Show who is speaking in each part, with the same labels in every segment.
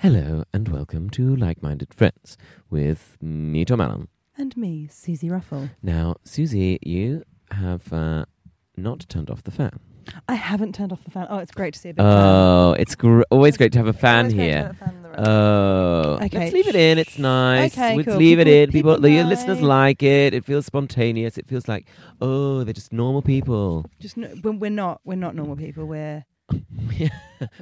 Speaker 1: Hello and welcome to Like Minded Friends with me, Tom Allen.
Speaker 2: And me, Susie Ruffle.
Speaker 1: Now, Susie, you have uh, not turned off the fan.
Speaker 2: I haven't turned off the fan. Oh, it's great to see a big
Speaker 1: Oh, it's gr- always great to have a fan
Speaker 2: Always great to
Speaker 1: here.
Speaker 2: have a fan in the room.
Speaker 1: Oh,
Speaker 2: Okay.
Speaker 1: let's leave it in. It's nice.
Speaker 2: Okay,
Speaker 1: let's
Speaker 2: cool.
Speaker 1: leave it
Speaker 2: People-
Speaker 1: in. People,
Speaker 2: people
Speaker 1: the listeners
Speaker 2: know.
Speaker 1: like it. It feels spontaneous. It feels like, oh, they're just normal people.
Speaker 2: Just no, we're, we're not we're not normal people. We're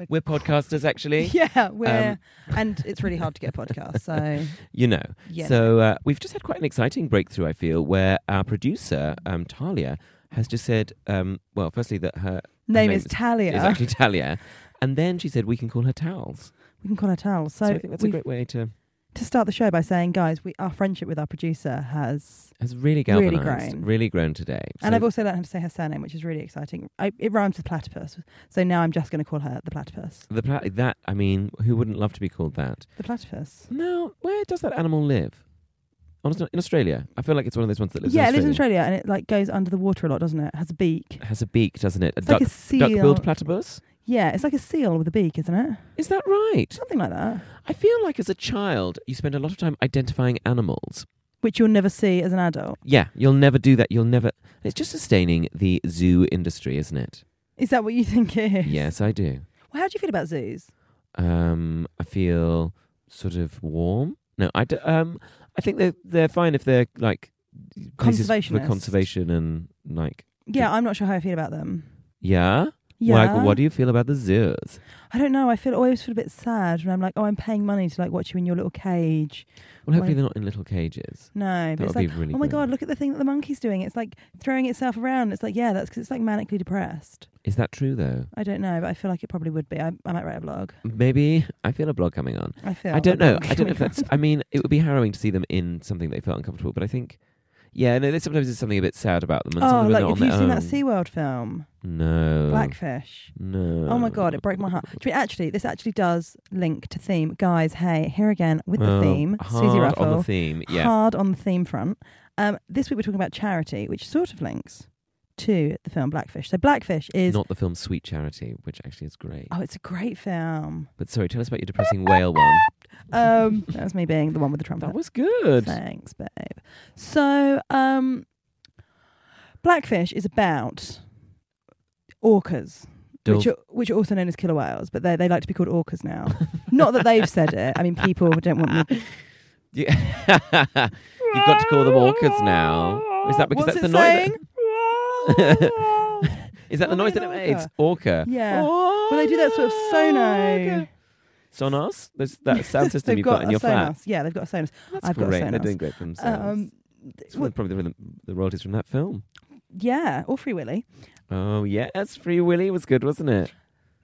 Speaker 1: We're podcasters, actually.
Speaker 2: yeah we're
Speaker 1: Um,
Speaker 2: and it's really hard to get a podcast. So
Speaker 1: You know.
Speaker 2: Yeah.
Speaker 1: So uh, we've just had quite an exciting breakthrough, I feel, where our producer, um, Talia, has just said, um, well, firstly, that her
Speaker 2: name
Speaker 1: name
Speaker 2: is
Speaker 1: is-
Speaker 2: Talia.
Speaker 1: is actually Talia. And then she said we can call her towels.
Speaker 2: we can call her Tal. So,
Speaker 1: So, I think that's a
Speaker 2: we've-
Speaker 1: great way to
Speaker 2: to start the show by saying, guys, we our friendship with our producer has,
Speaker 1: has really
Speaker 2: Really
Speaker 1: galvanized, really grown,
Speaker 2: grown.
Speaker 1: today.
Speaker 2: and
Speaker 1: So-
Speaker 2: I've also learned how to say her surname, which is really exciting. I, it rhymes with platypus, so now I'm just going to call her the platypus.
Speaker 1: the pla- that I mean, who wouldn't love to be called that?
Speaker 2: The platypus.
Speaker 1: Now, where does that animal live? Honestly, in Australia, I fil like it's one of those ones that lives.
Speaker 2: yeah,
Speaker 1: in
Speaker 2: it
Speaker 1: Australia.
Speaker 2: lives in Australia, and it like goes under the water a lot, doesn't it? It has a beak.
Speaker 1: Has a beak, doesn't it? A
Speaker 2: It's
Speaker 1: duck,
Speaker 2: like a seal.
Speaker 1: duck-billed platypus.
Speaker 2: Yeah, it's like a seal with a beak, isn't it?
Speaker 1: Is that right?
Speaker 2: Something like that.
Speaker 1: I feel like as a child, you spend a lot of time identifying animals.
Speaker 2: Which you'll never see as an adult.
Speaker 1: Yeah, you'll never do that. You'll never. It's just sustaining the zoo industry, isn't it?
Speaker 2: Is that what you think it is?
Speaker 1: yes, I do.
Speaker 2: Well, how do you feel about zoos?
Speaker 1: Um, I feel sort of warm. No, I d- um, I think they're they're fine if they're like places for
Speaker 2: Conservationist.
Speaker 1: conservation and like
Speaker 2: Yeah, I'm not sure how I feel about them.
Speaker 1: yeah.
Speaker 2: Yeah.
Speaker 1: Like, what do you feel about the zoos?
Speaker 2: I don't know. I feel always feel a bit sad when I'm like, oh, I'm paying money to like watch you in your little cage.
Speaker 1: Well, hopefully
Speaker 2: Well-
Speaker 1: they're not in little cages.
Speaker 2: No,
Speaker 1: That
Speaker 2: but
Speaker 1: would
Speaker 2: it's like,
Speaker 1: be really.
Speaker 2: oh my
Speaker 1: grim.
Speaker 2: god, look at the thing that the monkey's doing. It's like throwing itself around. It's like, yeah, that's because it's like manically depressed.
Speaker 1: Is that true though?
Speaker 2: I don't know, but I feel like it probably would be. I, I might write a blog.
Speaker 1: Maybe I feel a blog coming on.
Speaker 2: I feel.
Speaker 1: I don't
Speaker 2: a
Speaker 1: know.
Speaker 2: blog
Speaker 1: I don't know
Speaker 2: coming
Speaker 1: if that's.
Speaker 2: on.
Speaker 1: I mean, it would be harrowing to see them in something they felt uncomfortable. But I think, yeah, no. There's sometimes there's something a bit sad about them. And
Speaker 2: Oh,
Speaker 1: sometimes they're
Speaker 2: like
Speaker 1: not
Speaker 2: have
Speaker 1: on
Speaker 2: you
Speaker 1: their
Speaker 2: seen that
Speaker 1: own.
Speaker 2: SeaWorld film,
Speaker 1: No.
Speaker 2: Blackfish?
Speaker 1: No.
Speaker 2: Oh my god, it broke my heart. Do you mean, actually, this actually does link to theme, guys. Hey, here again with the
Speaker 1: Oh,
Speaker 2: theme, Susie
Speaker 1: hard
Speaker 2: Ruffle.
Speaker 1: on the theme. Yeah.
Speaker 2: Hard on the theme front. Um, this week we're talking about charity, which sort of links to the film Blackfish. So Blackfish is
Speaker 1: not the film Sweet Charity, which actually is great.
Speaker 2: oh, it's a great film.
Speaker 1: But sorry, tell us about your depressing whale one.
Speaker 2: Um, that was me being the one with the trumpet.
Speaker 1: That was good.
Speaker 2: Thanks, babe. So um, Blackfish is about orcas. Which
Speaker 1: Dove.
Speaker 2: are, which are also known as killer whales, but they they like to be called orcas now. Not that they've said it. I mean, people don't want me
Speaker 1: You- You've got to call them orchids now. Is that because
Speaker 2: What's
Speaker 1: that's the
Speaker 2: it
Speaker 1: noise?
Speaker 2: saying?
Speaker 1: Is that the
Speaker 2: What
Speaker 1: noise
Speaker 2: is
Speaker 1: that it
Speaker 2: an orca?
Speaker 1: makes? Orca.
Speaker 2: Yeah. Well, they do that sort of sono.
Speaker 1: Sonos? There's that sound system
Speaker 2: They've
Speaker 1: you've got, in
Speaker 2: a
Speaker 1: your flat.
Speaker 2: Sonos. Yeah, they've got a sonos.
Speaker 1: That's
Speaker 2: I've got a
Speaker 1: great. They're
Speaker 2: Sonos.
Speaker 1: doing great for themselves.
Speaker 2: Um,
Speaker 1: it's one of probably the, the royalties from that film.
Speaker 2: yeah, or Free Willy.
Speaker 1: Oh, yes. Free Willy was good, wasn't it?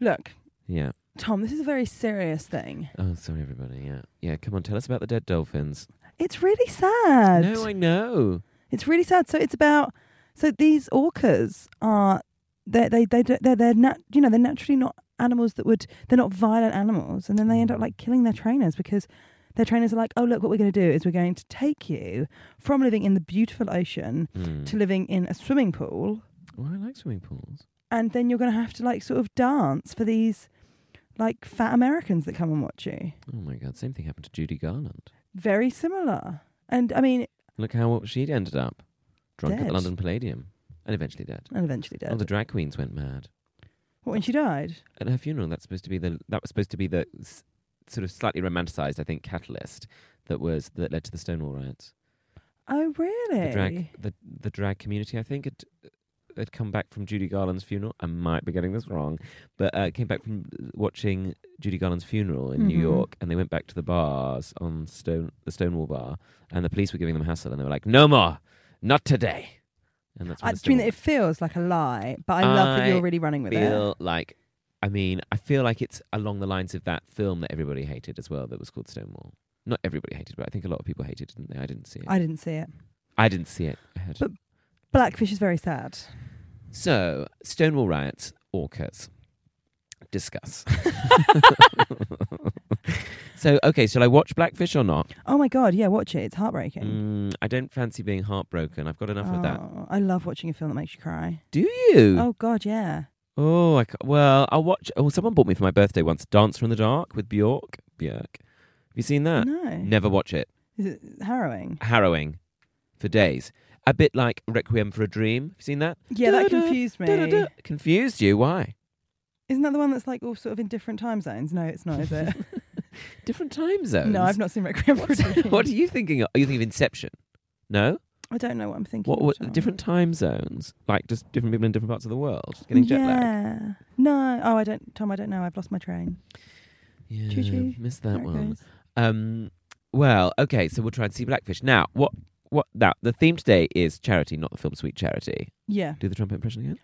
Speaker 2: Look,
Speaker 1: Yeah.
Speaker 2: Tom, this is a very serious thing.
Speaker 1: Oh, sorry, everybody. Yeah. Yeah. Come on, tell us about the dead dolphins.
Speaker 2: It's really sad.
Speaker 1: No, I know.
Speaker 2: It's really sad. So it's about so these orcas are they they they do- they're they're nat- you know they're naturally not animals that would they're not violent animals, and then they end up like killing their trainers because their trainers are like, oh look, what we're going to do is we're going to take you from living in the beautiful ocean
Speaker 1: Mm.
Speaker 2: to living in a swimming pool
Speaker 1: Well, I like swimming pools.
Speaker 2: and then you're going to have to like sort of dance for these like fat Americans that come and watch you.
Speaker 1: Oh my god, same thing happened to Judy Garland.
Speaker 2: Very similar. And I mean,
Speaker 1: Look how she ended up drunk at
Speaker 2: Dead.
Speaker 1: the London Palladium and eventually dead.
Speaker 2: and eventually dead.
Speaker 1: All the drag queens went mad
Speaker 2: what when she died?
Speaker 1: at her funeral. That's supposed to be the that was supposed to be the s- sort of slightly romanticized, I think, catalyst that was that led to the Stonewall riots.
Speaker 2: Oh really?
Speaker 1: The drag the the drag community, I think, had had come back from Judy Garland's funeral. I might be getting this wrong, but uh, came back from watching Judy Garland's funeral in New
Speaker 2: Mhm.
Speaker 1: York, and they went back to the bars on Stone the Stonewall bar, and the police were giving them hassle, and they were like, "No more, not today." And that's when
Speaker 2: I
Speaker 1: the
Speaker 2: Uh, do you mean
Speaker 1: Stonewall-
Speaker 2: that it feels like a lie, but I love that
Speaker 1: I
Speaker 2: you're really running with it.
Speaker 1: feel like I mean, I feel like it's along the lines of that film that everybody hated as well that was called Stonewall. Not everybody hated, but I think a lot of people hated, didn't they? I didn't see it. I,
Speaker 2: I didn't see it.
Speaker 1: didn't see it. I heard.
Speaker 2: But- Blackfish is very sad.
Speaker 1: so, Stonewall riots, orcas. Discuss. so, okay, shall I watch Blackfish or not?
Speaker 2: Oh my god, yeah, watch it. It's heartbreaking.
Speaker 1: Mm, I don't fancy being heartbroken. I've got enough of that.
Speaker 2: Oh, I love watching a film that makes you cry.
Speaker 1: Do you?
Speaker 2: Oh god, yeah.
Speaker 1: Oh, I ca well, I'll watch. Oh, someone bought me for my birthday once Dancer in the Dark with Bjork. Bjork. Have you seen that?
Speaker 2: no.
Speaker 1: Never watch it.
Speaker 2: Is it harrowing?
Speaker 1: Harrowing for days. A bit like Requiem for a Dream. Have you seen that?
Speaker 2: Yeah, that
Speaker 1: Da-da,
Speaker 2: confused me.
Speaker 1: Da-da-da. Confused you? Why?
Speaker 2: Isn't that the one that's like all sort of in different time zones? No, it's not, is it?
Speaker 1: Different time zones.
Speaker 2: No, I've not seen Requiem for a Dream.
Speaker 1: What are you thinking of? Are you thinking of Inception? No?
Speaker 2: I don't know what I'm thinking.
Speaker 1: What, what
Speaker 2: John.
Speaker 1: different time zones? Like just different people in different parts of the world. Just getting jet lag.
Speaker 2: Yeah. No. Oh, I don't. Tom, I don't know. I've lost my train.
Speaker 1: Yeah.
Speaker 2: Choo-choo.
Speaker 1: Missed that
Speaker 2: There it
Speaker 1: one.
Speaker 2: goes.
Speaker 1: Um. Well, okay. So we'll try and see Blackfish now. What? What? Now the theme today is charity, not the film Sweet Charity.
Speaker 2: Yeah.
Speaker 1: Do the trumpet impression again.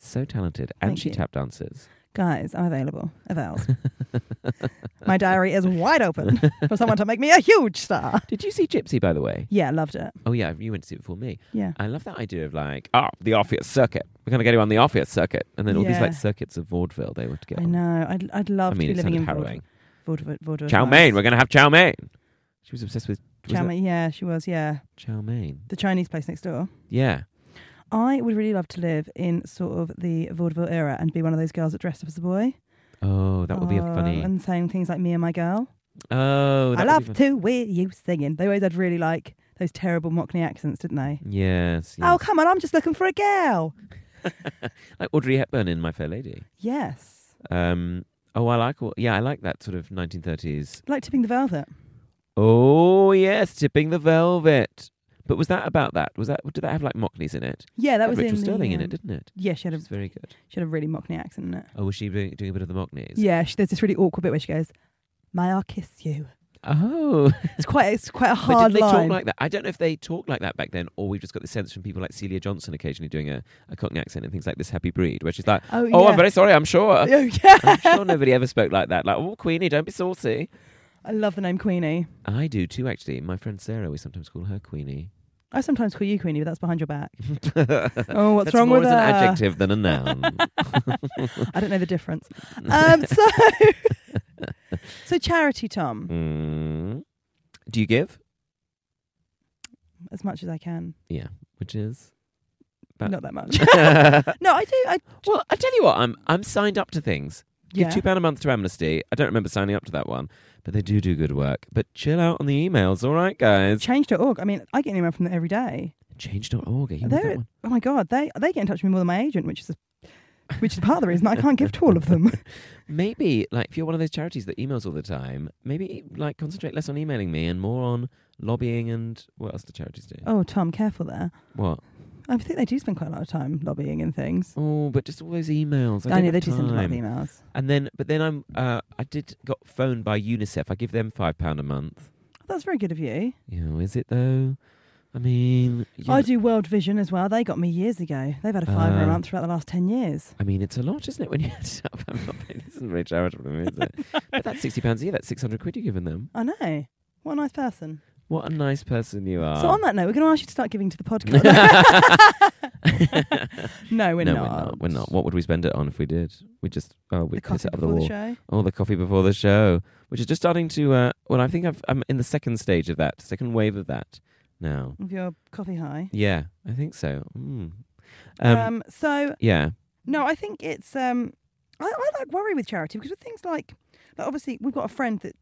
Speaker 1: So talented, and
Speaker 2: Thank
Speaker 1: she
Speaker 2: you.
Speaker 1: tap dances.
Speaker 2: Guys, I'm available. Avails. my diary is wide open for someone to make me a huge star.
Speaker 1: Did you see Gypsy, by the way?
Speaker 2: Yeah, loved it.
Speaker 1: Oh yeah, you went to see it before me.
Speaker 2: Yeah.
Speaker 1: I love that idea of like, oh, the Orpheus Circuit. We're gonna get you on the Orpheus Circuit, and then all these like
Speaker 2: Yeah.
Speaker 1: circuits of vaudeville they would get.
Speaker 2: I
Speaker 1: on.
Speaker 2: know. I'd, I'd love
Speaker 1: I mean,
Speaker 2: to be
Speaker 1: it
Speaker 2: living
Speaker 1: sounded
Speaker 2: in
Speaker 1: harrowing.
Speaker 2: Vaudeville. Vaudeville
Speaker 1: Chow mein. We're gonna have chow mein. She was obsessed with was
Speaker 2: Chow
Speaker 1: it
Speaker 2: mein. Yeah, she was. Yeah,
Speaker 1: Chow mein.
Speaker 2: the Chinese place next door.
Speaker 1: Yeah.
Speaker 2: I would really love to live in sort of the vaudeville era and be one of those girls that dressed up as a boy.
Speaker 1: Oh, that would be a
Speaker 2: Oh,
Speaker 1: funny.
Speaker 2: And saying things like "Me and my girl."
Speaker 1: Oh, that
Speaker 2: I
Speaker 1: would be
Speaker 2: love
Speaker 1: fun.
Speaker 2: to hear you singing. They always had really like those terrible Mockney accents, didn't they?
Speaker 1: Yes. yes.
Speaker 2: Oh, come on, I'm just looking for a girl.
Speaker 1: like Audrey Hepburn in My Fair Lady.
Speaker 2: Yes.
Speaker 1: Um, oh, I like. all- Yeah, I like that sort of 1930s.
Speaker 2: Like tipping the velvet.
Speaker 1: Oh yes, tipping the velvet. But was that about that? Was that did that have like Mockneys in it?
Speaker 2: Yeah, that
Speaker 1: Had
Speaker 2: was
Speaker 1: Rachel
Speaker 2: in
Speaker 1: Sterling
Speaker 2: the,
Speaker 1: in
Speaker 2: um,
Speaker 1: it, didn't it?
Speaker 2: Yeah, she had a
Speaker 1: It's very good.
Speaker 2: she had a really Mockney accent in it.
Speaker 1: Oh, was she doing, doing a bit of the Mockneys?
Speaker 2: Yeah, she, there's this really awkward bit where she goes, "May I kiss you?"
Speaker 1: Oh,
Speaker 2: It's quite it's quite a
Speaker 1: but
Speaker 2: hard
Speaker 1: did they
Speaker 2: line.
Speaker 1: talk like that? I don't know if they talked like that back then, or we've just got the sense from people like Celia Johnson occasionally doing a, a Cockney accent and things like this Happy Breed, where she's like,
Speaker 2: oh, yeah.
Speaker 1: "Oh, I'm very sorry, I'm sure."
Speaker 2: Oh, yeah.
Speaker 1: I'm sure nobody ever spoke like that. Like, oh, Queenie, don't be saucy.
Speaker 2: I love the name Queenie.
Speaker 1: I do too, actually. My friend Sarah, we sometimes call her Queenie.
Speaker 2: I sometimes call you Queenie, but that's behind your back.
Speaker 1: That's
Speaker 2: Oh, what's wrong
Speaker 1: more
Speaker 2: with
Speaker 1: as
Speaker 2: her?
Speaker 1: an adjective than a noun.
Speaker 2: I don't know the difference. Um, so, so charity, Tom,
Speaker 1: Mm. Do you give?
Speaker 2: as much as I can.
Speaker 1: Which is But-
Speaker 2: Not that much.
Speaker 1: well,
Speaker 2: no, I do. I
Speaker 1: I tell you what, I'm I'm signed up to things.
Speaker 2: yeah.
Speaker 1: Give two pound a month to Amnesty. I don't remember signing up to that one, but they do do good work. But chill out on the emails, all right, guys.
Speaker 2: Change.org. I mean, I get an email from them every day.
Speaker 1: Change.org. Are you with
Speaker 2: They're-
Speaker 1: that one?
Speaker 2: Oh my god, they they get in touch with me more than my agent, which is which is part of the reason I can't give to all of them.
Speaker 1: Maybe like if you're one of those charities that emails all the time, maybe like concentrate less on emailing me and more on lobbying and what else do charities do?
Speaker 2: Oh, Tom, careful there.
Speaker 1: What?
Speaker 2: I think they do spend quite a lot of time lobbying and things.
Speaker 1: Oh, but just all those emails. I,
Speaker 2: I,
Speaker 1: don't
Speaker 2: know
Speaker 1: have
Speaker 2: they do send a lot of
Speaker 1: time.
Speaker 2: emails.
Speaker 1: And then, but then I'm, uh, I did got phoned by UNICEF. I give them five pound a month.
Speaker 2: Oh, That's very good of you.
Speaker 1: You know, is it though? I mean, you
Speaker 2: I
Speaker 1: know-
Speaker 2: do World Vision as well. They got me years ago. They've had a fiver
Speaker 1: Ah.
Speaker 2: a month throughout the last ten years.
Speaker 1: I mean, it's a lot, isn't it? When you add it up, I'm not. This isn't very charitable, is it? But that's sixty pounds a year. That's six hundred quid you're giving them.
Speaker 2: I know. What a nice person.
Speaker 1: What a nice person you are.
Speaker 2: So on that note, we're going to ask you to start giving to the podcast. no,
Speaker 1: no, we're
Speaker 2: we're not.
Speaker 1: not. We're not. What would we spend it on if we did? We just oh, we
Speaker 2: The coffee
Speaker 1: piss it up the
Speaker 2: before the
Speaker 1: wall.
Speaker 2: show.
Speaker 1: Oh, the coffee before the show, which is just starting to. Uh, well, I think I've, I'm in the second stage of that, second wave of that now.
Speaker 2: Of your coffee high.
Speaker 1: Yeah, I think so. Mm.
Speaker 2: Um,
Speaker 1: Um,
Speaker 2: so
Speaker 1: yeah,
Speaker 2: no, I think it's um, I, I like worry with charity because with things like, like obviously we've got a friend that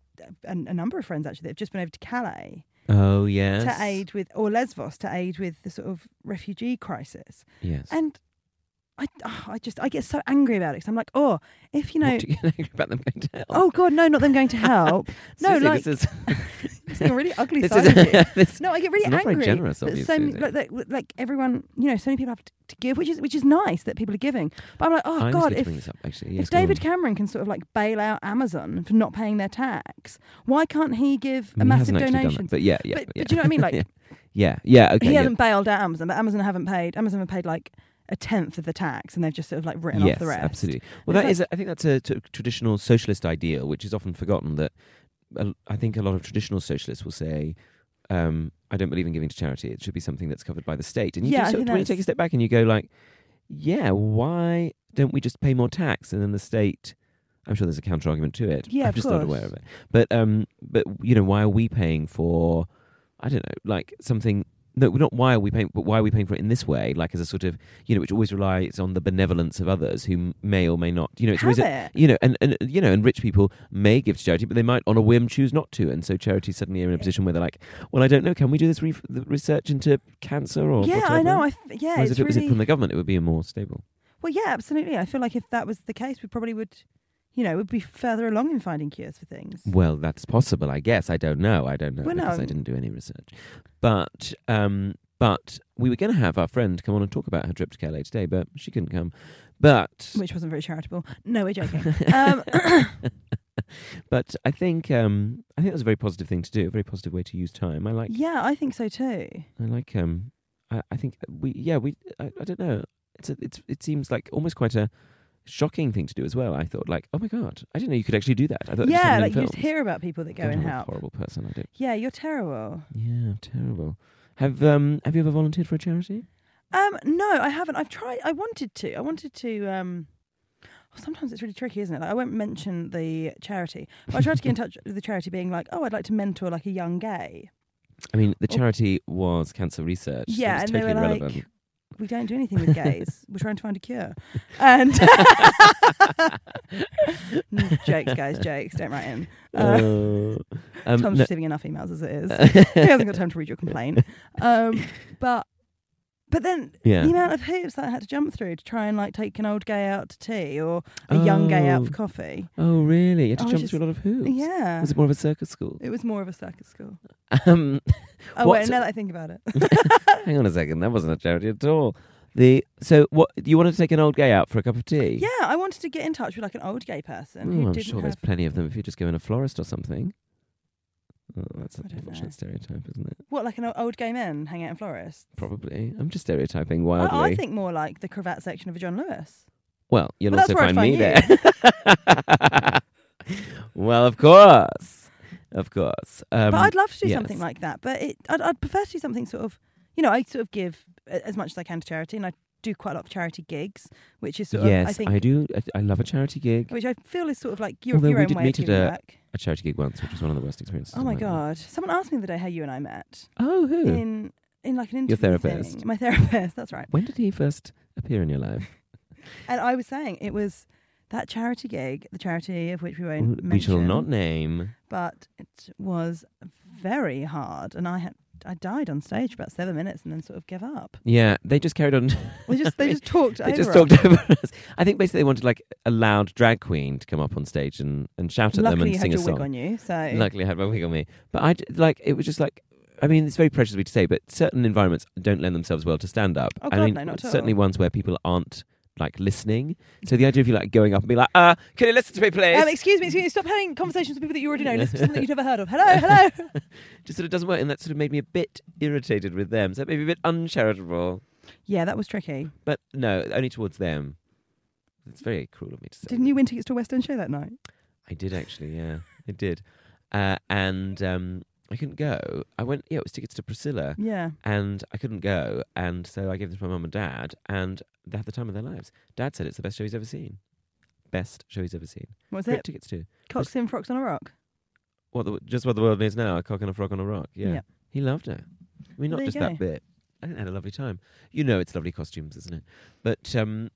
Speaker 2: a, a number of friends actually that have just been over to Calais
Speaker 1: Oh yes.
Speaker 2: to aid with or Lesvos to aid with the sort of refugee crisis,
Speaker 1: Yes.
Speaker 2: and I oh, I just I get so angry about it 'cause I'm like oh if you
Speaker 1: What
Speaker 2: know
Speaker 1: do you get angry about them going to hell?
Speaker 2: oh god no not them going to help no
Speaker 1: Susie,
Speaker 2: like
Speaker 1: this is
Speaker 2: it's a really ugly
Speaker 1: this
Speaker 2: side of you.
Speaker 1: is this,
Speaker 2: No, I get really
Speaker 1: it's not
Speaker 2: angry.
Speaker 1: very generous of
Speaker 2: that
Speaker 1: you,
Speaker 2: so many,
Speaker 1: Susie.
Speaker 2: like, like, like everyone, you know, so many people have to, to give, which is which is nice that people are giving. But I'm like, oh
Speaker 1: I just
Speaker 2: god,
Speaker 1: need to
Speaker 2: if
Speaker 1: bring this up, actually. Yes,
Speaker 2: if
Speaker 1: go
Speaker 2: David
Speaker 1: on.
Speaker 2: Cameron can sort of like bail out Amazon for not paying their tax, why can't he give
Speaker 1: I
Speaker 2: a
Speaker 1: mean, he
Speaker 2: massive
Speaker 1: hasn't actually done
Speaker 2: donation?
Speaker 1: that, but yeah, yeah,
Speaker 2: But-
Speaker 1: yeah.
Speaker 2: but do you know what I mean? Like-
Speaker 1: yeah, yeah, yeah, okay,
Speaker 2: he
Speaker 1: yeah.
Speaker 2: hasn't bailed out Amazon, but Amazon haven't paid. Amazon have paid like a tenth of the tax, and they've just sort of like written
Speaker 1: yes,
Speaker 2: off the rest.
Speaker 1: absolutely. Well,
Speaker 2: It's
Speaker 1: that is. a- I think that's a t- traditional socialist ideal, which is often forgotten. That uh, I think a lot of traditional socialists will say, um, "I don't believe in giving to charity. It should be something that's covered by the state." And you
Speaker 2: Yeah, I
Speaker 1: just sort
Speaker 2: think
Speaker 1: of, when you
Speaker 2: that's-
Speaker 1: take a step back and you go, like, "Yeah, why don't we just pay more tax?" And then the state. I'm sure there's a counter argument to it.
Speaker 2: Yeah,
Speaker 1: I'm
Speaker 2: of
Speaker 1: just not aware
Speaker 2: course.
Speaker 1: of it. But um, but you know, why are we paying for? I don't know, like something. No, not why are we paying, but why are we paying for it in this way? Like as a sort of, you know, which always relies on the benevolence of others who m- may or may not, you know, it's always, a,
Speaker 2: Have it.
Speaker 1: you know, and, and you know, and rich people may give to charity, but they might on a whim choose not to, and so charities suddenly are in a position where they're like, well, I don't know, can we do this re- the research into cancer or
Speaker 2: yeah, I
Speaker 1: whatever?
Speaker 2: know. I f- yeah,
Speaker 1: Whereas
Speaker 2: it's
Speaker 1: if it was
Speaker 2: really
Speaker 1: from the government, it would be more stable.
Speaker 2: well. Yeah, absolutely. I feel like if that was the case, we probably would, you know, would be further along in finding cures for things.
Speaker 1: Well, that's possible, I guess. I don't know. I don't know
Speaker 2: Well,
Speaker 1: because
Speaker 2: no.
Speaker 1: I didn't do any research. But um, but we were going to have our friend come on and talk about her trip to Calais today, but she couldn't come. But
Speaker 2: Which wasn't very charitable. No, we're joking. um,
Speaker 1: but I think um, I think that was a very positive thing to do. A very positive way to use time. I like
Speaker 2: yeah, I think so too.
Speaker 1: I like um I, I think we yeah we I, I don't know it's a, it's it seems like almost quite a shocking thing to do as well. I thought like oh my god I didn't know you could actually do that. I thought it just
Speaker 2: yeah,
Speaker 1: happened in
Speaker 2: like you just
Speaker 1: films.
Speaker 2: hear about people that go
Speaker 1: God,
Speaker 2: and
Speaker 1: I'm a
Speaker 2: help.
Speaker 1: horrible person. I do.
Speaker 2: Yeah, you're terrible.
Speaker 1: Yeah, terrible. Have um have you ever volunteered for a charity?
Speaker 2: Um, no, I haven't. I've tried. I wanted to. I wanted to. Um, oh, sometimes it's really tricky, isn't it? Like, I won't mention the charity, but I tried to get in touch with the charity, being like, "Oh, I'd like to mentor like a young gay."
Speaker 1: I mean, the
Speaker 2: Oh.
Speaker 1: charity was cancer research. so
Speaker 2: yeah,
Speaker 1: it was
Speaker 2: and
Speaker 1: totally
Speaker 2: they were
Speaker 1: relevant.
Speaker 2: like, "We don't do anything with gays. We're trying to find a cure." And Mm, jokes, guys, jokes. Don't write in. Uh,
Speaker 1: Oh. um,
Speaker 2: Tom's
Speaker 1: no-
Speaker 2: receiving enough emails as it is. he hasn't got time to read your complaint. Um, but but then
Speaker 1: yeah.
Speaker 2: the amount of hoops that I had to jump through to try and like take an old gay out to tea or a young gay out for
Speaker 1: Oh.
Speaker 2: coffee.
Speaker 1: Oh, really? You had to
Speaker 2: I was
Speaker 1: jump
Speaker 2: just-
Speaker 1: through a lot of hoops.
Speaker 2: Yeah.
Speaker 1: Was it more of a circus school?
Speaker 2: It was more of a circus school.
Speaker 1: Um,
Speaker 2: Oh,
Speaker 1: What-
Speaker 2: wait, now that I think about it.
Speaker 1: hang on a second. That wasn't a charity at all. The so what you wanted to take an old gay out for a cup of tea?
Speaker 2: yeah, I wanted to get in touch with like an old gay person
Speaker 1: Oh,
Speaker 2: who
Speaker 1: I'm
Speaker 2: didn't
Speaker 1: sure
Speaker 2: have...
Speaker 1: there's plenty of them if you just go in a florist or something. Oh, that's an
Speaker 2: I don't
Speaker 1: unfortunate
Speaker 2: know.
Speaker 1: stereotype, isn't it?
Speaker 2: What, like an o- old gay men hang out in florists?
Speaker 1: Probably. I'm just stereotyping
Speaker 2: I-
Speaker 1: wildly.
Speaker 2: I, think more like the cravat section of a John Lewis.
Speaker 1: Well, you'll
Speaker 2: Well, that's
Speaker 1: also
Speaker 2: where I'd
Speaker 1: find, me
Speaker 2: find
Speaker 1: there. well, of course. Of course. Um,
Speaker 2: but I'd love to do something
Speaker 1: yes.
Speaker 2: like that. But it, I'd, I'd prefer to do something sort of, you know, I sort of give a- as much as I can to charity and I do quite a lot of charity gigs, which is sort
Speaker 1: yes,
Speaker 2: of, I think,
Speaker 1: do. I, I love a charity gig.
Speaker 2: which I feel is sort of like your,
Speaker 1: Although
Speaker 2: your
Speaker 1: we
Speaker 2: own
Speaker 1: did
Speaker 2: way of
Speaker 1: meet at
Speaker 2: giving
Speaker 1: a-
Speaker 2: back.
Speaker 1: A charity gig once, which was one of the worst experiences.
Speaker 2: Oh
Speaker 1: of
Speaker 2: my
Speaker 1: life.
Speaker 2: god! Someone asked me the other day how you and I met
Speaker 1: Oh, who?
Speaker 2: in in like an interview.
Speaker 1: Your therapist.
Speaker 2: thing. My therapist. That's right.
Speaker 1: when did he first appear in your life?
Speaker 2: And I was saying it was that charity gig, the charity of which we won't mention,
Speaker 1: We shall not name.
Speaker 2: But it was very hard, and I had I died on stage for about seven minutes, and then sort of gave up.
Speaker 1: Yeah, they just carried on.
Speaker 2: We just they just talked.
Speaker 1: they just
Speaker 2: over us.
Speaker 1: talked over us. I think basically they wanted like a loud drag queen to come up on stage and, and shout at them
Speaker 2: Luckily,
Speaker 1: and
Speaker 2: you had
Speaker 1: sing
Speaker 2: your
Speaker 1: a song.
Speaker 2: wig on you, so
Speaker 1: Luckily, I had my wig on me. But I d- like it was just like. I mean, it's very precious of me to say, but certain environments don't lend themselves well to stand up.
Speaker 2: Oh,
Speaker 1: I
Speaker 2: God,
Speaker 1: mean,
Speaker 2: no, not at
Speaker 1: certainly
Speaker 2: all.
Speaker 1: ones where people aren't like listening. So the idea of you like going up and being like, "Uh, can you listen to me, please?"
Speaker 2: Um, excuse me, excuse me. Stop having conversations with people that you already know. Listen to something that you've never heard of. Hello, hello.
Speaker 1: just sort of doesn't work, and that sort of made me a bit irritated with them. So that made me a bit uncharitable,
Speaker 2: yeah, that was tricky.
Speaker 1: but no, only towards them. It's very cruel of me to say.
Speaker 2: Didn't you win tickets to a West End show that night?
Speaker 1: I did actually, yeah, I did. Uh, and um, I couldn't go. I went, yeah, it was tickets to Priscilla,
Speaker 2: Yeah.
Speaker 1: and I couldn't go. And so I gave this to my mum and dad, and they had the time of their lives. Dad said it's the best show he's ever seen. Best show he's ever seen.
Speaker 2: What was
Speaker 1: Great
Speaker 2: it?
Speaker 1: tickets to.
Speaker 2: Cocks in frocks on a rock.
Speaker 1: What the, just what the world needs now, a cock and a frog on a rock. Yeah.
Speaker 2: Yeah.
Speaker 1: He loved it. I mean, not
Speaker 2: There you
Speaker 1: just
Speaker 2: go.
Speaker 1: that bit. I think they had a lovely time. You know it's lovely costumes, isn't it? But um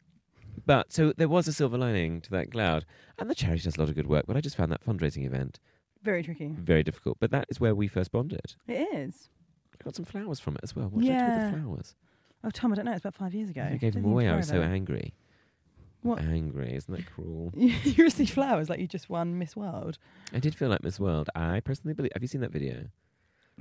Speaker 1: but so there was a silver lining to that cloud. And the charity does a lot of good work, but I just found that fundraising event
Speaker 2: Very tricky.
Speaker 1: very difficult. But that is where we first bonded.
Speaker 2: It is.
Speaker 1: I got some flowers from it as well. What did I do
Speaker 2: Yeah.
Speaker 1: with the flowers?
Speaker 2: Oh, Tom, I don't know. It's about five years ago.
Speaker 1: I gave them
Speaker 2: Don't even
Speaker 1: away. I
Speaker 2: worry
Speaker 1: was so
Speaker 2: about it.
Speaker 1: angry.
Speaker 2: What?
Speaker 1: Angry. Isn't that cruel?
Speaker 2: you received flowers like you just won Miss World.
Speaker 1: I did feel like Miss World. I personally believe. Have you seen that video?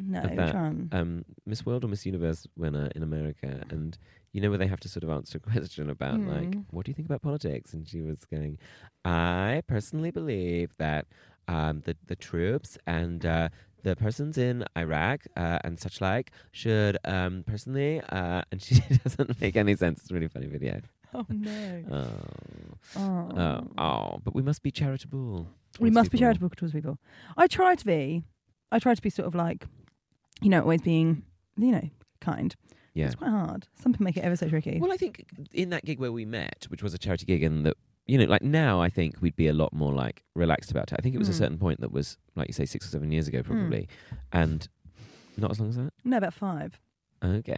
Speaker 2: No,
Speaker 1: Of
Speaker 2: which
Speaker 1: that.
Speaker 2: one?
Speaker 1: um, Miss World or Miss Universe winner in America, and you know where they have to sort of answer a question about like,
Speaker 2: Mm.
Speaker 1: what do you think about politics? And she was going, I personally believe that um, the the troops and uh, the persons in Iraq uh, and such like should um, personally, uh, and she doesn't make any sense. It's a really funny video.
Speaker 2: Oh no.
Speaker 1: Oh,
Speaker 2: Oh.
Speaker 1: oh, oh, but we must be charitable.
Speaker 2: we
Speaker 1: towards
Speaker 2: must be
Speaker 1: people.
Speaker 2: charitable towards people. I try to be. I try to be sort of like, you know, always being, you know, kind.
Speaker 1: Yeah.
Speaker 2: It's quite hard. Some people make it ever so tricky.
Speaker 1: Well, I think in that gig where we met, which was a charity gig, and that you know, like now, I think we'd be a lot more like relaxed about it. I think it was a
Speaker 2: Mm.
Speaker 1: certain point that was, like you say, six or seven years ago,
Speaker 2: Hmm.
Speaker 1: probably, and not as long as that.
Speaker 2: no, about five.
Speaker 1: Okay,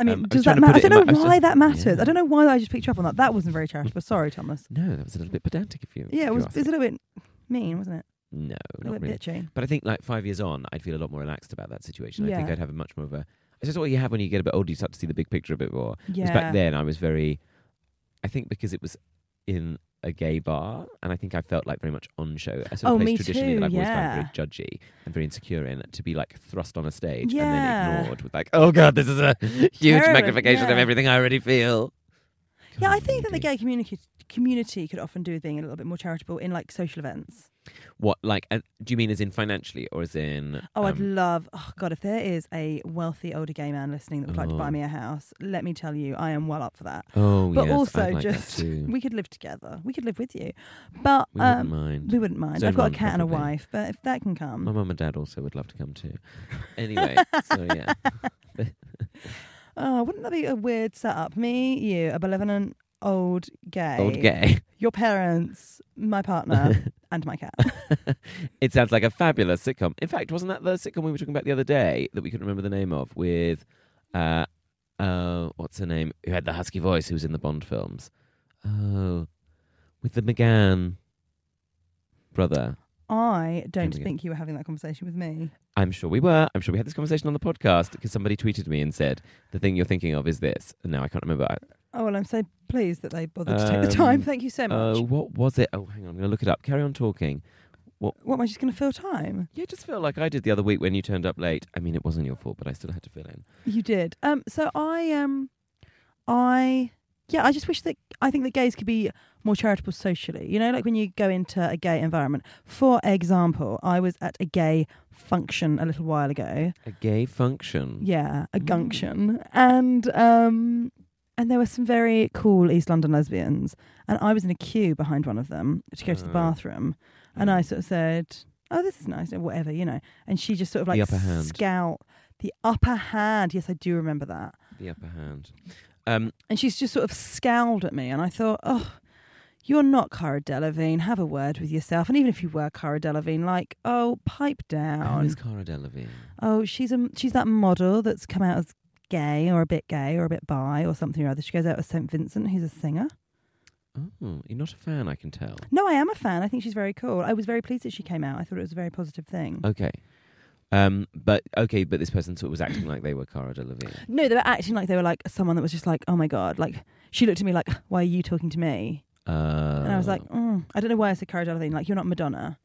Speaker 2: I mean,
Speaker 1: Um, I'm
Speaker 2: does
Speaker 1: trying to put
Speaker 2: that matter? I
Speaker 1: it in
Speaker 2: don't
Speaker 1: my-
Speaker 2: know
Speaker 1: I was
Speaker 2: why
Speaker 1: just-
Speaker 2: that matters.
Speaker 1: Yeah.
Speaker 2: I don't know why I just picked you up on that. That wasn't very charitable. Sorry, Thomas.
Speaker 1: no, that was a little bit pedantic. If you,
Speaker 2: Yeah,
Speaker 1: if
Speaker 2: it
Speaker 1: you
Speaker 2: was,
Speaker 1: ask
Speaker 2: it was a
Speaker 1: me.
Speaker 2: little bit mean, wasn't it?
Speaker 1: no,
Speaker 2: A
Speaker 1: not
Speaker 2: little
Speaker 1: really.
Speaker 2: bit bitchy.
Speaker 1: But I think like five years on, I'd feel a lot more relaxed about that situation. I think
Speaker 2: Yeah.
Speaker 1: I'd have a much more of a. It's just what you have when you get a bit older. You start to see the big picture a bit more.
Speaker 2: Yeah.
Speaker 1: Because back then I was very, I think because it was in a gay bar, and I think I felt like very much on show. A sort
Speaker 2: Oh,
Speaker 1: of place
Speaker 2: me
Speaker 1: traditionally
Speaker 2: too,
Speaker 1: that I've always
Speaker 2: yeah.
Speaker 1: found very judgy and very insecure in, to be like thrust on a stage and
Speaker 2: Yeah.
Speaker 1: then ignored with like, oh god, this is a huge
Speaker 2: Terrible,
Speaker 1: magnification of
Speaker 2: yeah.
Speaker 1: everything I already feel.
Speaker 2: Yeah,
Speaker 1: God,
Speaker 2: I think that the
Speaker 1: maybe.
Speaker 2: gay community community could often do with being a little bit more charitable in like social events.
Speaker 1: What like? Uh, do you mean as in financially or as in?
Speaker 2: Oh, I'd
Speaker 1: um,
Speaker 2: love. Oh God, if there is a wealthy older gay man listening that would like to
Speaker 1: Oh.
Speaker 2: buy me a house, let me tell you, I am well up for that.
Speaker 1: oh,
Speaker 2: but
Speaker 1: yes,
Speaker 2: also,
Speaker 1: I'd like that
Speaker 2: just
Speaker 1: too.
Speaker 2: we could live together. We could live with you, but
Speaker 1: We wouldn't
Speaker 2: um,
Speaker 1: mind.
Speaker 2: we wouldn't mind.
Speaker 1: Zone
Speaker 2: I've got
Speaker 1: one, Oh.
Speaker 2: a cat and a
Speaker 1: preferably.
Speaker 2: wife, but if that can
Speaker 1: My
Speaker 2: come,
Speaker 1: mum and dad also would love to come too. Anyway, so yeah.
Speaker 2: oh, wouldn't that be a weird setup? Me, you, a benevolent old gay,
Speaker 1: Old gay.
Speaker 2: your parents, my partner, and my cat.
Speaker 1: It sounds like a fabulous sitcom. In fact, wasn't that the sitcom we were talking about the other day that we couldn't remember the name of with, uh, uh, what's her name? Who had the husky voice? Who was in the Bond films? Oh, with the McGann brother.
Speaker 2: I don't
Speaker 1: we go.
Speaker 2: think you were having that conversation with me.
Speaker 1: I'm sure we were. I'm sure we had this conversation on the podcast because somebody tweeted me and said the thing you're thinking of is this. And now I can't remember.
Speaker 2: Oh well, I'm so pleased that they bothered to take the time.
Speaker 1: Um,
Speaker 2: Thank you so much.
Speaker 1: Oh, what was it? Oh, hang on. I'm going to look it up. Carry on talking.
Speaker 2: what am I just going to fill time?
Speaker 1: Yeah, just feel like I did the other week when you turned up late. I mean, it wasn't your fault, but I still had to fill in.
Speaker 2: You did. Um. So I um, I yeah. I just wish that I think that gays could be more charitable socially. You know, like when you go into a gay environment. For example, I was at a gay function a little while ago.
Speaker 1: A gay function.
Speaker 2: Yeah,
Speaker 1: Mm.
Speaker 2: a gunction, and um, and there were some very cool East London lesbians, and I was in a queue behind one of them to go to the
Speaker 1: Oh.
Speaker 2: bathroom, and I sort of said, "Oh, this is nice," or whatever, you know. And she just sort of
Speaker 1: The
Speaker 2: like
Speaker 1: upper hand.
Speaker 2: scout the upper hand. Yes, I do remember that.
Speaker 1: The upper hand. Um,
Speaker 2: And she's just sort of scowled at me, and I thought, "Oh, you're not Cara Delevingne. Have a word with yourself." And even if you were Cara Delevingne, like, oh, pipe
Speaker 1: who
Speaker 2: down.
Speaker 1: is Cara Delevingne?
Speaker 2: oh, she's a she's that model that's come out as gay or a bit gay or a bit bi or something or other. She goes out with St Vincent, who's a singer.
Speaker 1: Oh, you're not a fan, I can tell.
Speaker 2: No, I am a fan. I think she's very cool. I was very pleased that she came out. I thought it was a very positive thing.
Speaker 1: Okay. Um, but okay, but this person sort of was acting like they were Cara Delevingne.
Speaker 2: No, they were acting like they were like someone that was just like, oh my god, like. She looked at me like, "Why are you talking to me?"
Speaker 1: Uh,
Speaker 2: And I was like, mm. "I don't know why I said Cara Delevingne. Like, you're not Madonna.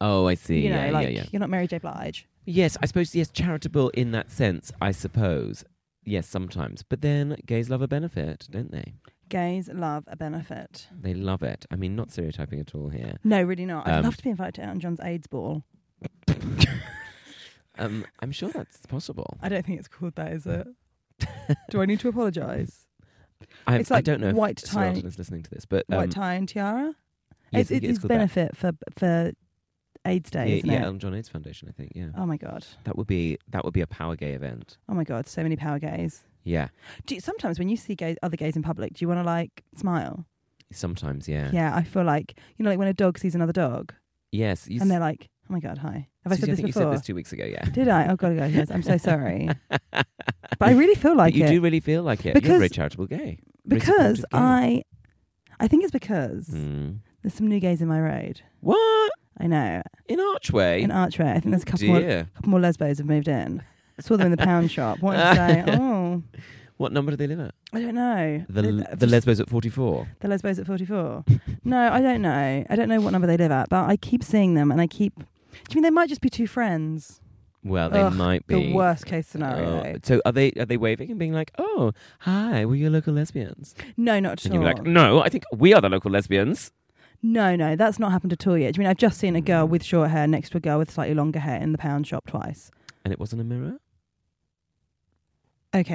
Speaker 1: Oh, I see.
Speaker 2: You know,
Speaker 1: yeah,
Speaker 2: like
Speaker 1: yeah, yeah.
Speaker 2: you're not Mary J. Blige."
Speaker 1: Yes, I suppose. Yes, charitable in that sense, I suppose. Yes, sometimes. But then gays love a benefit, don't they?
Speaker 2: Gays love a benefit.
Speaker 1: They love it. I mean, not stereotyping at all here.
Speaker 2: No, really not. I'd
Speaker 1: Um,
Speaker 2: love to be invited to Elton John's AIDS ball.
Speaker 1: Um, I'm sure that's possible.
Speaker 2: I don't think it's called that, is it? Do I need to apologise?
Speaker 1: I,
Speaker 2: It's like
Speaker 1: I don't know
Speaker 2: white
Speaker 1: if Sarah
Speaker 2: tie-
Speaker 1: is listening to this, but um,
Speaker 2: White tie and tiara.
Speaker 1: yes, I
Speaker 2: it's
Speaker 1: think
Speaker 2: it's,
Speaker 1: it is
Speaker 2: it's
Speaker 1: called that.
Speaker 2: benefit for for AIDS Day,
Speaker 1: yeah,
Speaker 2: isn't
Speaker 1: yeah,
Speaker 2: it?
Speaker 1: Elton John AIDS Foundation, I think. Yeah,
Speaker 2: Oh my god.
Speaker 1: that would be that would be a power gay event.
Speaker 2: Oh my god. So many power gays.
Speaker 1: Yeah,
Speaker 2: Do you, sometimes when you see gays, other gays in public, do you want to like smile?
Speaker 1: sometimes. Yeah.
Speaker 2: Yeah, I feel like you know, like when a dog sees another dog,
Speaker 1: Yes. You
Speaker 2: and they're
Speaker 1: s-
Speaker 2: like, "Oh my god, hi." Have I
Speaker 1: Susie,
Speaker 2: said this
Speaker 1: think
Speaker 2: before?
Speaker 1: you said this two weeks ago. Yeah.
Speaker 2: Did I? Oh god, guys, yes, I'm so sorry. but I really feel like
Speaker 1: but you
Speaker 2: it
Speaker 1: do really feel like it. You're a
Speaker 2: Because-
Speaker 1: very charitable gay. very
Speaker 2: because
Speaker 1: supportive gay.
Speaker 2: I, I think it's because
Speaker 1: Mm.
Speaker 2: there's some new gays in my road.
Speaker 1: What
Speaker 2: I know
Speaker 1: in Archway?
Speaker 2: in Archway. I think there's a couple more,
Speaker 1: Dear.
Speaker 2: couple more lesbos have moved in. Saw them in the pound shop. Wanted to say, oh,
Speaker 1: What number do they live at?
Speaker 2: I don't know.
Speaker 1: The
Speaker 2: They're-
Speaker 1: l-
Speaker 2: they're
Speaker 1: the
Speaker 2: just-
Speaker 1: lesbos at forty four.
Speaker 2: the lesbos at 44. no, I don't know. I don't know what number they live at, but I keep seeing them, and I keep. Do you mean they might just be two friends?
Speaker 1: Well, they
Speaker 2: Ugh,
Speaker 1: might be
Speaker 2: The worst case
Speaker 1: Oh,
Speaker 2: scenario.
Speaker 1: so are they are they waving and being like, "Oh, hi, we're your local lesbians,"
Speaker 2: no, not at
Speaker 1: and
Speaker 2: all.
Speaker 1: you're like, "No, I think we are the local lesbians."
Speaker 2: No, no, that's not happened at all yet. I mean, I've just seen a girl
Speaker 1: Hmm.
Speaker 2: with short hair next to a girl with slightly longer hair in the pound shop twice.
Speaker 1: And it wasn't a mirror.
Speaker 2: Okay,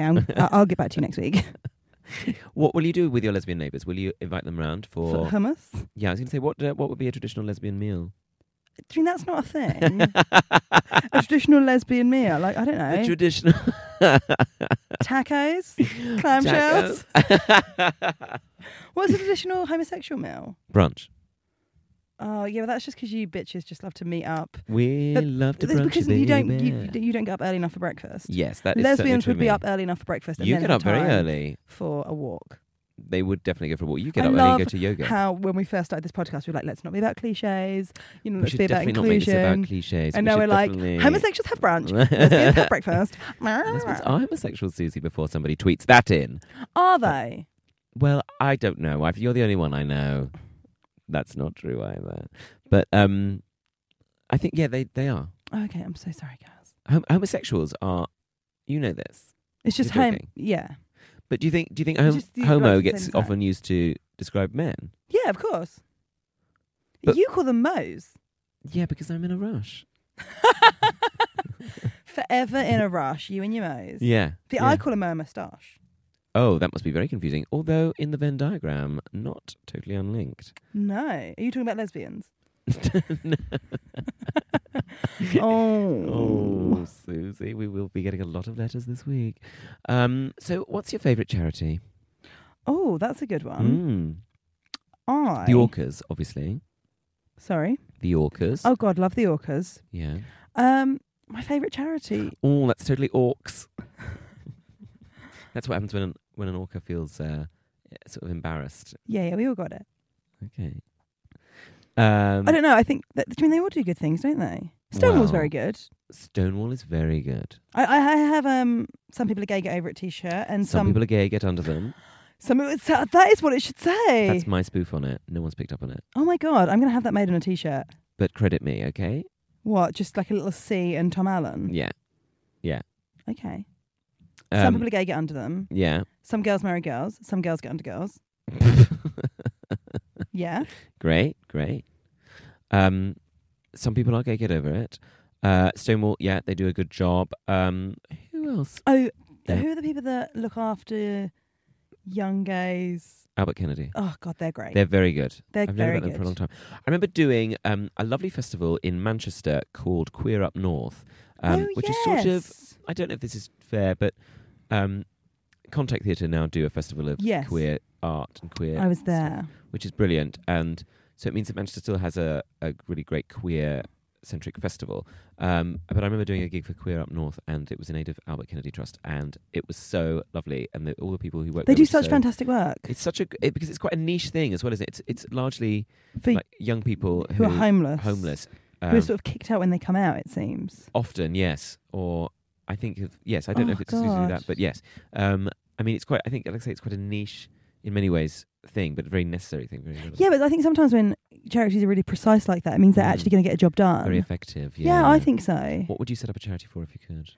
Speaker 2: I'm, I- I'll get back to you next week.
Speaker 1: What will you do with your lesbian neighbours? Will you invite them round
Speaker 2: For
Speaker 1: for?
Speaker 2: hummus?
Speaker 1: yeah, I was going to say, what uh, what would be a traditional lesbian meal?
Speaker 2: I mean, that's not a thing. a traditional lesbian meal, like I don't know,
Speaker 1: A traditional
Speaker 2: tacos, clamshells.
Speaker 1: Tacos.
Speaker 2: What's a traditional homosexual meal?
Speaker 1: brunch.
Speaker 2: Oh yeah, well, that's just because you bitches just love to meet up.
Speaker 1: We
Speaker 2: But
Speaker 1: love to
Speaker 2: That's
Speaker 1: brunch.
Speaker 2: because
Speaker 1: baby.
Speaker 2: you don't you, you don't get up early enough for breakfast.
Speaker 1: Yes, that is certainly
Speaker 2: Lesbians
Speaker 1: true
Speaker 2: would
Speaker 1: of
Speaker 2: be
Speaker 1: me.
Speaker 2: up early enough for breakfast. And
Speaker 1: You
Speaker 2: then
Speaker 1: get
Speaker 2: have
Speaker 1: up very
Speaker 2: time
Speaker 1: early.
Speaker 2: for a walk.
Speaker 1: They would definitely go for a walk. You get
Speaker 2: I
Speaker 1: up early and
Speaker 2: love
Speaker 1: go to yoga.
Speaker 2: How when we first started this podcast, we were like, let's not be about cliches. You know,
Speaker 1: we
Speaker 2: let's
Speaker 1: should
Speaker 2: be about
Speaker 1: definitely not make this
Speaker 2: inclusion.
Speaker 1: about cliches. We
Speaker 2: and now
Speaker 1: should
Speaker 2: we're like,
Speaker 1: definitely-
Speaker 2: homosexuals have brunch. lesbians have breakfast.
Speaker 1: Lesbians are homosexual, Susie, before somebody tweets that in.
Speaker 2: Are they?
Speaker 1: Well, I don't know. i you're the only one I know. That's not true either. But um, I think yeah, they they are
Speaker 2: Oh, okay, I'm so sorry, guys.
Speaker 1: Hom- homosexuals are. You know this,
Speaker 2: It's just
Speaker 1: You're
Speaker 2: home.
Speaker 1: joking.
Speaker 2: Yeah,
Speaker 1: but do you think do you think
Speaker 2: It's
Speaker 1: hom-
Speaker 2: just the
Speaker 1: homo
Speaker 2: exact
Speaker 1: gets
Speaker 2: same thing.
Speaker 1: often used to describe men?
Speaker 2: yeah, of course.
Speaker 1: But-
Speaker 2: you call them Moes.
Speaker 1: Yeah, because I'm in a rush.
Speaker 2: Forever in a rush, you and your Moes.
Speaker 1: Yeah.
Speaker 2: The
Speaker 1: yeah.
Speaker 2: I call a Mo a moustache.
Speaker 1: Oh, that must be very confusing. Although in the Venn diagram, not totally unlinked.
Speaker 2: No, are you talking about lesbians? Oh.
Speaker 1: Oh, Susie, we will be getting a lot of letters this week. Um, so, what's your favourite charity?
Speaker 2: Oh, that's a good
Speaker 1: Um,
Speaker 2: one. I
Speaker 1: Mm. The Orcas, obviously.
Speaker 2: sorry.
Speaker 1: The Orcas.
Speaker 2: Oh God, love the orcas.
Speaker 1: Yeah.
Speaker 2: Um, my favourite charity.
Speaker 1: Oh, that's totally orcs. that's what happens when an, when an orca feels uh, sort of embarrassed.
Speaker 2: Yeah, yeah, we all got it.
Speaker 1: Okay. Um,
Speaker 2: I don't know. I think that, I mean they all do good things, don't they? Stonewall's
Speaker 1: Well.
Speaker 2: very good.
Speaker 1: Stonewall is very good.
Speaker 2: I, I I have um some people are gay get over it t-shirt and
Speaker 1: Some,
Speaker 2: some
Speaker 1: people are gay, get under them.
Speaker 2: some it's, that is what it should say.
Speaker 1: That's my spoof on it. No one's picked up on it.
Speaker 2: oh my god, I'm gonna have that made on a t-shirt.
Speaker 1: But credit me, okay?
Speaker 2: What? Just like a little C and Tom Allen.
Speaker 1: Yeah.
Speaker 2: Okay.
Speaker 1: Um,
Speaker 2: some people are gay get under them.
Speaker 1: Yeah.
Speaker 2: Some girls marry girls. Some girls get under girls. Yeah.
Speaker 1: great, great. Um, some people are gay, get over it. Uh, Stonewall, yeah, they do a good job. Um, who else?
Speaker 2: Oh,
Speaker 1: Yeah.
Speaker 2: who are the people that look after young gays?
Speaker 1: Albert Kennedy.
Speaker 2: Oh god, they're great.
Speaker 1: They're very good.
Speaker 2: They're
Speaker 1: I've known
Speaker 2: very
Speaker 1: about them for a
Speaker 2: good.
Speaker 1: long time. I remember doing um, a lovely festival in Manchester called Queer Up North, um,
Speaker 2: oh,
Speaker 1: which
Speaker 2: yes.
Speaker 1: is sort of I don't know if this is fair, but um, Contact Theatre now do a festival of
Speaker 2: Yes.
Speaker 1: queer art and queer
Speaker 2: I was
Speaker 1: stuff,
Speaker 2: there.
Speaker 1: which is brilliant. And so it means that Manchester still has a, a really great queer centric festival. Um, but I remember doing a gig for Queer Up North, and it was in aid of Albert Kennedy Trust, and it was so lovely. And the, all the people who work
Speaker 2: They
Speaker 1: there
Speaker 2: do
Speaker 1: were
Speaker 2: such
Speaker 1: so-
Speaker 2: fantastic work
Speaker 1: It's such a g- it, because it's quite a niche thing as well, isn't it? It's, it's largely
Speaker 2: for
Speaker 1: like young people
Speaker 2: who are homeless.
Speaker 1: homeless.
Speaker 2: who are
Speaker 1: um,
Speaker 2: sort of kicked out when they come out, it seems.
Speaker 1: often yes or i think of yes i don't know
Speaker 2: Oh,
Speaker 1: if it's exclusively
Speaker 2: God.
Speaker 1: that but yes um i mean it's quite i think like i say it's quite a niche in many ways thing but a very necessary thing very relevant,
Speaker 2: Yeah, but I think sometimes when charities are really precise like that, it means they're
Speaker 1: Mm.
Speaker 2: actually going to get a job done.
Speaker 1: very effective yeah
Speaker 2: yeah. I think so.
Speaker 1: what would you set up a charity for if you could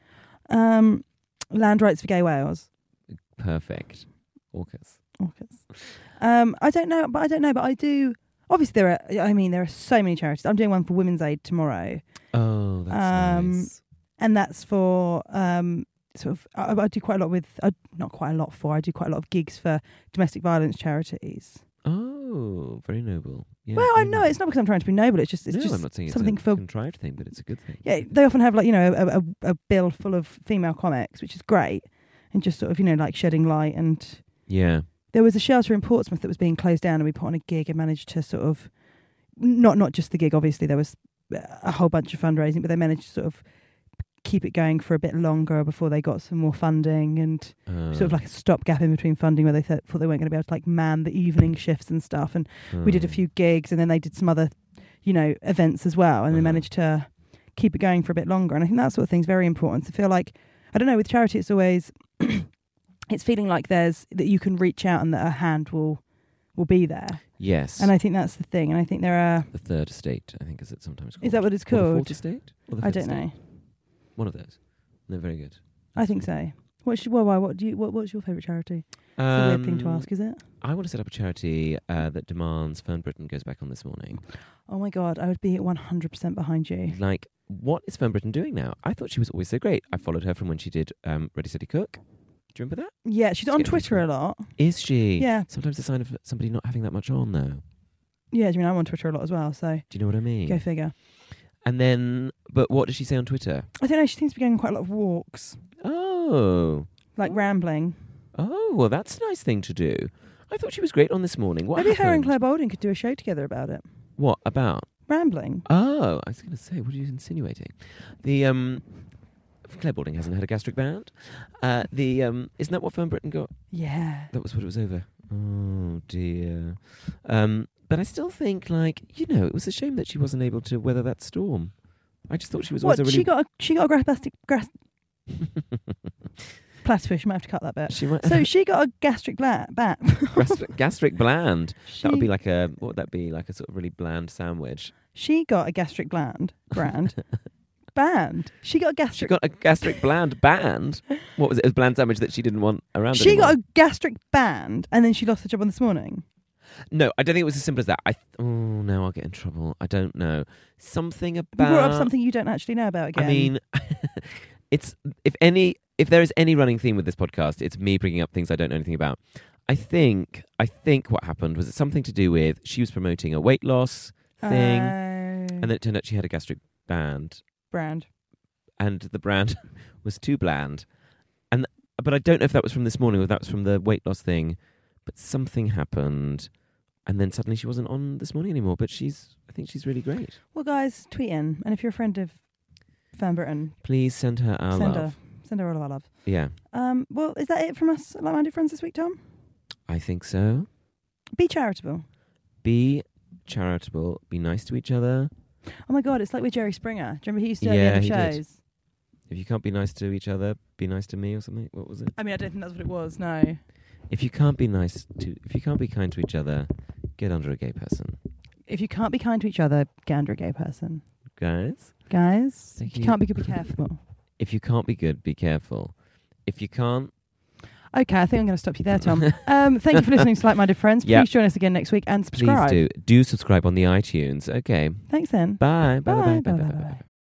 Speaker 2: Um, land rights for gay whales.
Speaker 1: perfect orcas
Speaker 2: Orcas. Um, I don't know, but I don't know, but I do. Obviously, there are. I mean, there are so many charities. I'm doing one for Women's Aid tomorrow,
Speaker 1: oh that's
Speaker 2: Um,
Speaker 1: nice
Speaker 2: and that's for um, sort of. I, I do quite a lot with. Uh, not quite a lot for. I do quite a lot of gigs for domestic violence charities.
Speaker 1: oh very noble Yeah,
Speaker 2: well, I
Speaker 1: mm.
Speaker 2: know it's not because I'm trying to be noble. It's just it's
Speaker 1: no,
Speaker 2: just
Speaker 1: I'm not saying it's
Speaker 2: something
Speaker 1: a
Speaker 2: for
Speaker 1: contrived thing, but it's a good thing.
Speaker 2: yeah. They often have like you know a, a, a bill full of female comics, which is great, and just sort of you know like shedding light. And
Speaker 1: yeah.
Speaker 2: there was a shelter in Portsmouth that was being closed down, and we put on a gig and managed to sort of not not just the gig. Obviously, there was a whole bunch of fundraising, but they managed to sort of keep it going for a bit longer before they got some more funding and
Speaker 1: Uh,
Speaker 2: sort of like a stopgap in between funding where they th- thought they weren't going to be able to like man the evening shifts and stuff and we did a
Speaker 1: uh,
Speaker 2: few gigs and then they did some other you know events as well and they
Speaker 1: Uh-huh.
Speaker 2: managed to keep it going for a bit longer and i think that sort of thing's very important to feel like i don't know with charity it's always it's feeling like there's that you can reach out and that a hand will will be there
Speaker 1: Yes.
Speaker 2: and i think that's the thing and i think there are
Speaker 1: the third estate, I think, is it sometimes called.
Speaker 2: is that what it's
Speaker 1: Or the
Speaker 2: called
Speaker 1: fourth estate? Or the
Speaker 2: i
Speaker 1: fifth
Speaker 2: don't
Speaker 1: estate?
Speaker 2: know
Speaker 1: One of those. They're very good.
Speaker 2: i think so what's your, well, why what do you what, what's your favorite charity it's a weird thing to
Speaker 1: Um,
Speaker 2: ask is it
Speaker 1: I want to set up a charity uh, that demands Fern Britain goes back on this morning.
Speaker 2: oh my god i would be 100% behind you
Speaker 1: Like, what is Fern Britain doing now? I thought she was always so great. I followed her from when she did um, Ready, Steady, Cook. Do you remember that?
Speaker 2: yeah she's
Speaker 1: Let's
Speaker 2: on
Speaker 1: get into
Speaker 2: twitter
Speaker 1: it.
Speaker 2: a lot
Speaker 1: Is she?
Speaker 2: Yeah.
Speaker 1: Sometimes a sign of somebody not having that much on, though. Do
Speaker 2: yeah i mean i'm on twitter a lot as well so
Speaker 1: you know what I mean?
Speaker 2: go figure
Speaker 1: and then, but what does she say on Twitter?
Speaker 2: I don't know. She seems to be going on quite a lot of walks,
Speaker 1: Oh,
Speaker 2: like rambling.
Speaker 1: oh, well, that's a nice thing to do. I thought she was great on this morning. What
Speaker 2: Maybe her and
Speaker 1: happened?
Speaker 2: Claire Baldwin could do a show together about it.
Speaker 1: What about?
Speaker 2: Rambling.
Speaker 1: Oh, I was going to say, what are you insinuating? The um, Claire Balding hasn't had a gastric band. Uh, the um, isn't that what Fern Britain got?
Speaker 2: Yeah.
Speaker 1: That was what it was over. Oh dear. Um, but I still think, like you know, it was a shame that she wasn't able to weather that storm. I just thought she was
Speaker 2: What
Speaker 1: always a really.
Speaker 2: she got? A, she got a grass plastic grass platypus. You might have to cut that bit.
Speaker 1: She might-
Speaker 2: So she got a gastric bla- bat.
Speaker 1: gastric, gastric bland.
Speaker 2: she,
Speaker 1: That would be like a what would that be like a sort of really bland sandwich.
Speaker 2: she got a gastric gland brand. Band. She got a
Speaker 1: She
Speaker 2: gastric.
Speaker 1: got a gastric bland band. What was it? A bland sandwich that she didn't want around.
Speaker 2: she
Speaker 1: anymore.
Speaker 2: got a gastric band, and then she lost her job on this morning.
Speaker 1: No, I don't think it was as simple as that. I th- oh no, I'll get in trouble. I don't know. Something about
Speaker 2: You brought up something you don't actually know about again.
Speaker 1: I mean, it's if any if there is any running theme with this podcast, it's me bringing up things I don't know anything about. I think I think what happened was it's something to do with she was promoting a weight loss
Speaker 2: Uh,
Speaker 1: thing, and then it turned out she had a gastric band,
Speaker 2: brand.
Speaker 1: and the brand was too bland. And but I don't know if that was from this morning or if that was from the weight loss thing, but something happened. And then suddenly she wasn't on this morning anymore, but she's I think she's really great.
Speaker 2: Well, guys, tweet in, and if you're a friend of Fan Britain,
Speaker 1: Please send her our
Speaker 2: send
Speaker 1: love.
Speaker 2: her, send her all of our love.
Speaker 1: Yeah,
Speaker 2: Um, well, is that it from us, like-minded friends this week, Tom?
Speaker 1: I think so.
Speaker 2: Be charitable.
Speaker 1: be charitable, be nice to each other.
Speaker 2: Oh my God, it's like with Jerry Springer. Do you remember he used to do
Speaker 1: Yeah,
Speaker 2: at
Speaker 1: he
Speaker 2: the end
Speaker 1: did.
Speaker 2: of shows?
Speaker 1: If you can't be nice to each other, be nice to me or something. What was it?
Speaker 2: I mean, I don't think that's what it was. No,
Speaker 1: If you can't be nice to if you can't be kind to each other, get under a gay person.
Speaker 2: if you can't be kind to each other, gander a gay person,
Speaker 1: Guys,
Speaker 2: guys.
Speaker 1: Thank
Speaker 2: if you,
Speaker 1: you.
Speaker 2: can't be good, be careful.
Speaker 1: if you can't be good, be careful. If you can't
Speaker 2: Okay, I think I'm going to stop you there, Tom. um, thank you for listening to Like-minded Friends. Please
Speaker 1: Yeah.
Speaker 2: join us again next week and
Speaker 1: please
Speaker 2: subscribe.
Speaker 1: do. Do subscribe on the iTunes. Okay.
Speaker 2: Thanks, then.
Speaker 1: Bye. Bye bye bye
Speaker 2: Bye,
Speaker 1: bye bye. bye, bye, bye.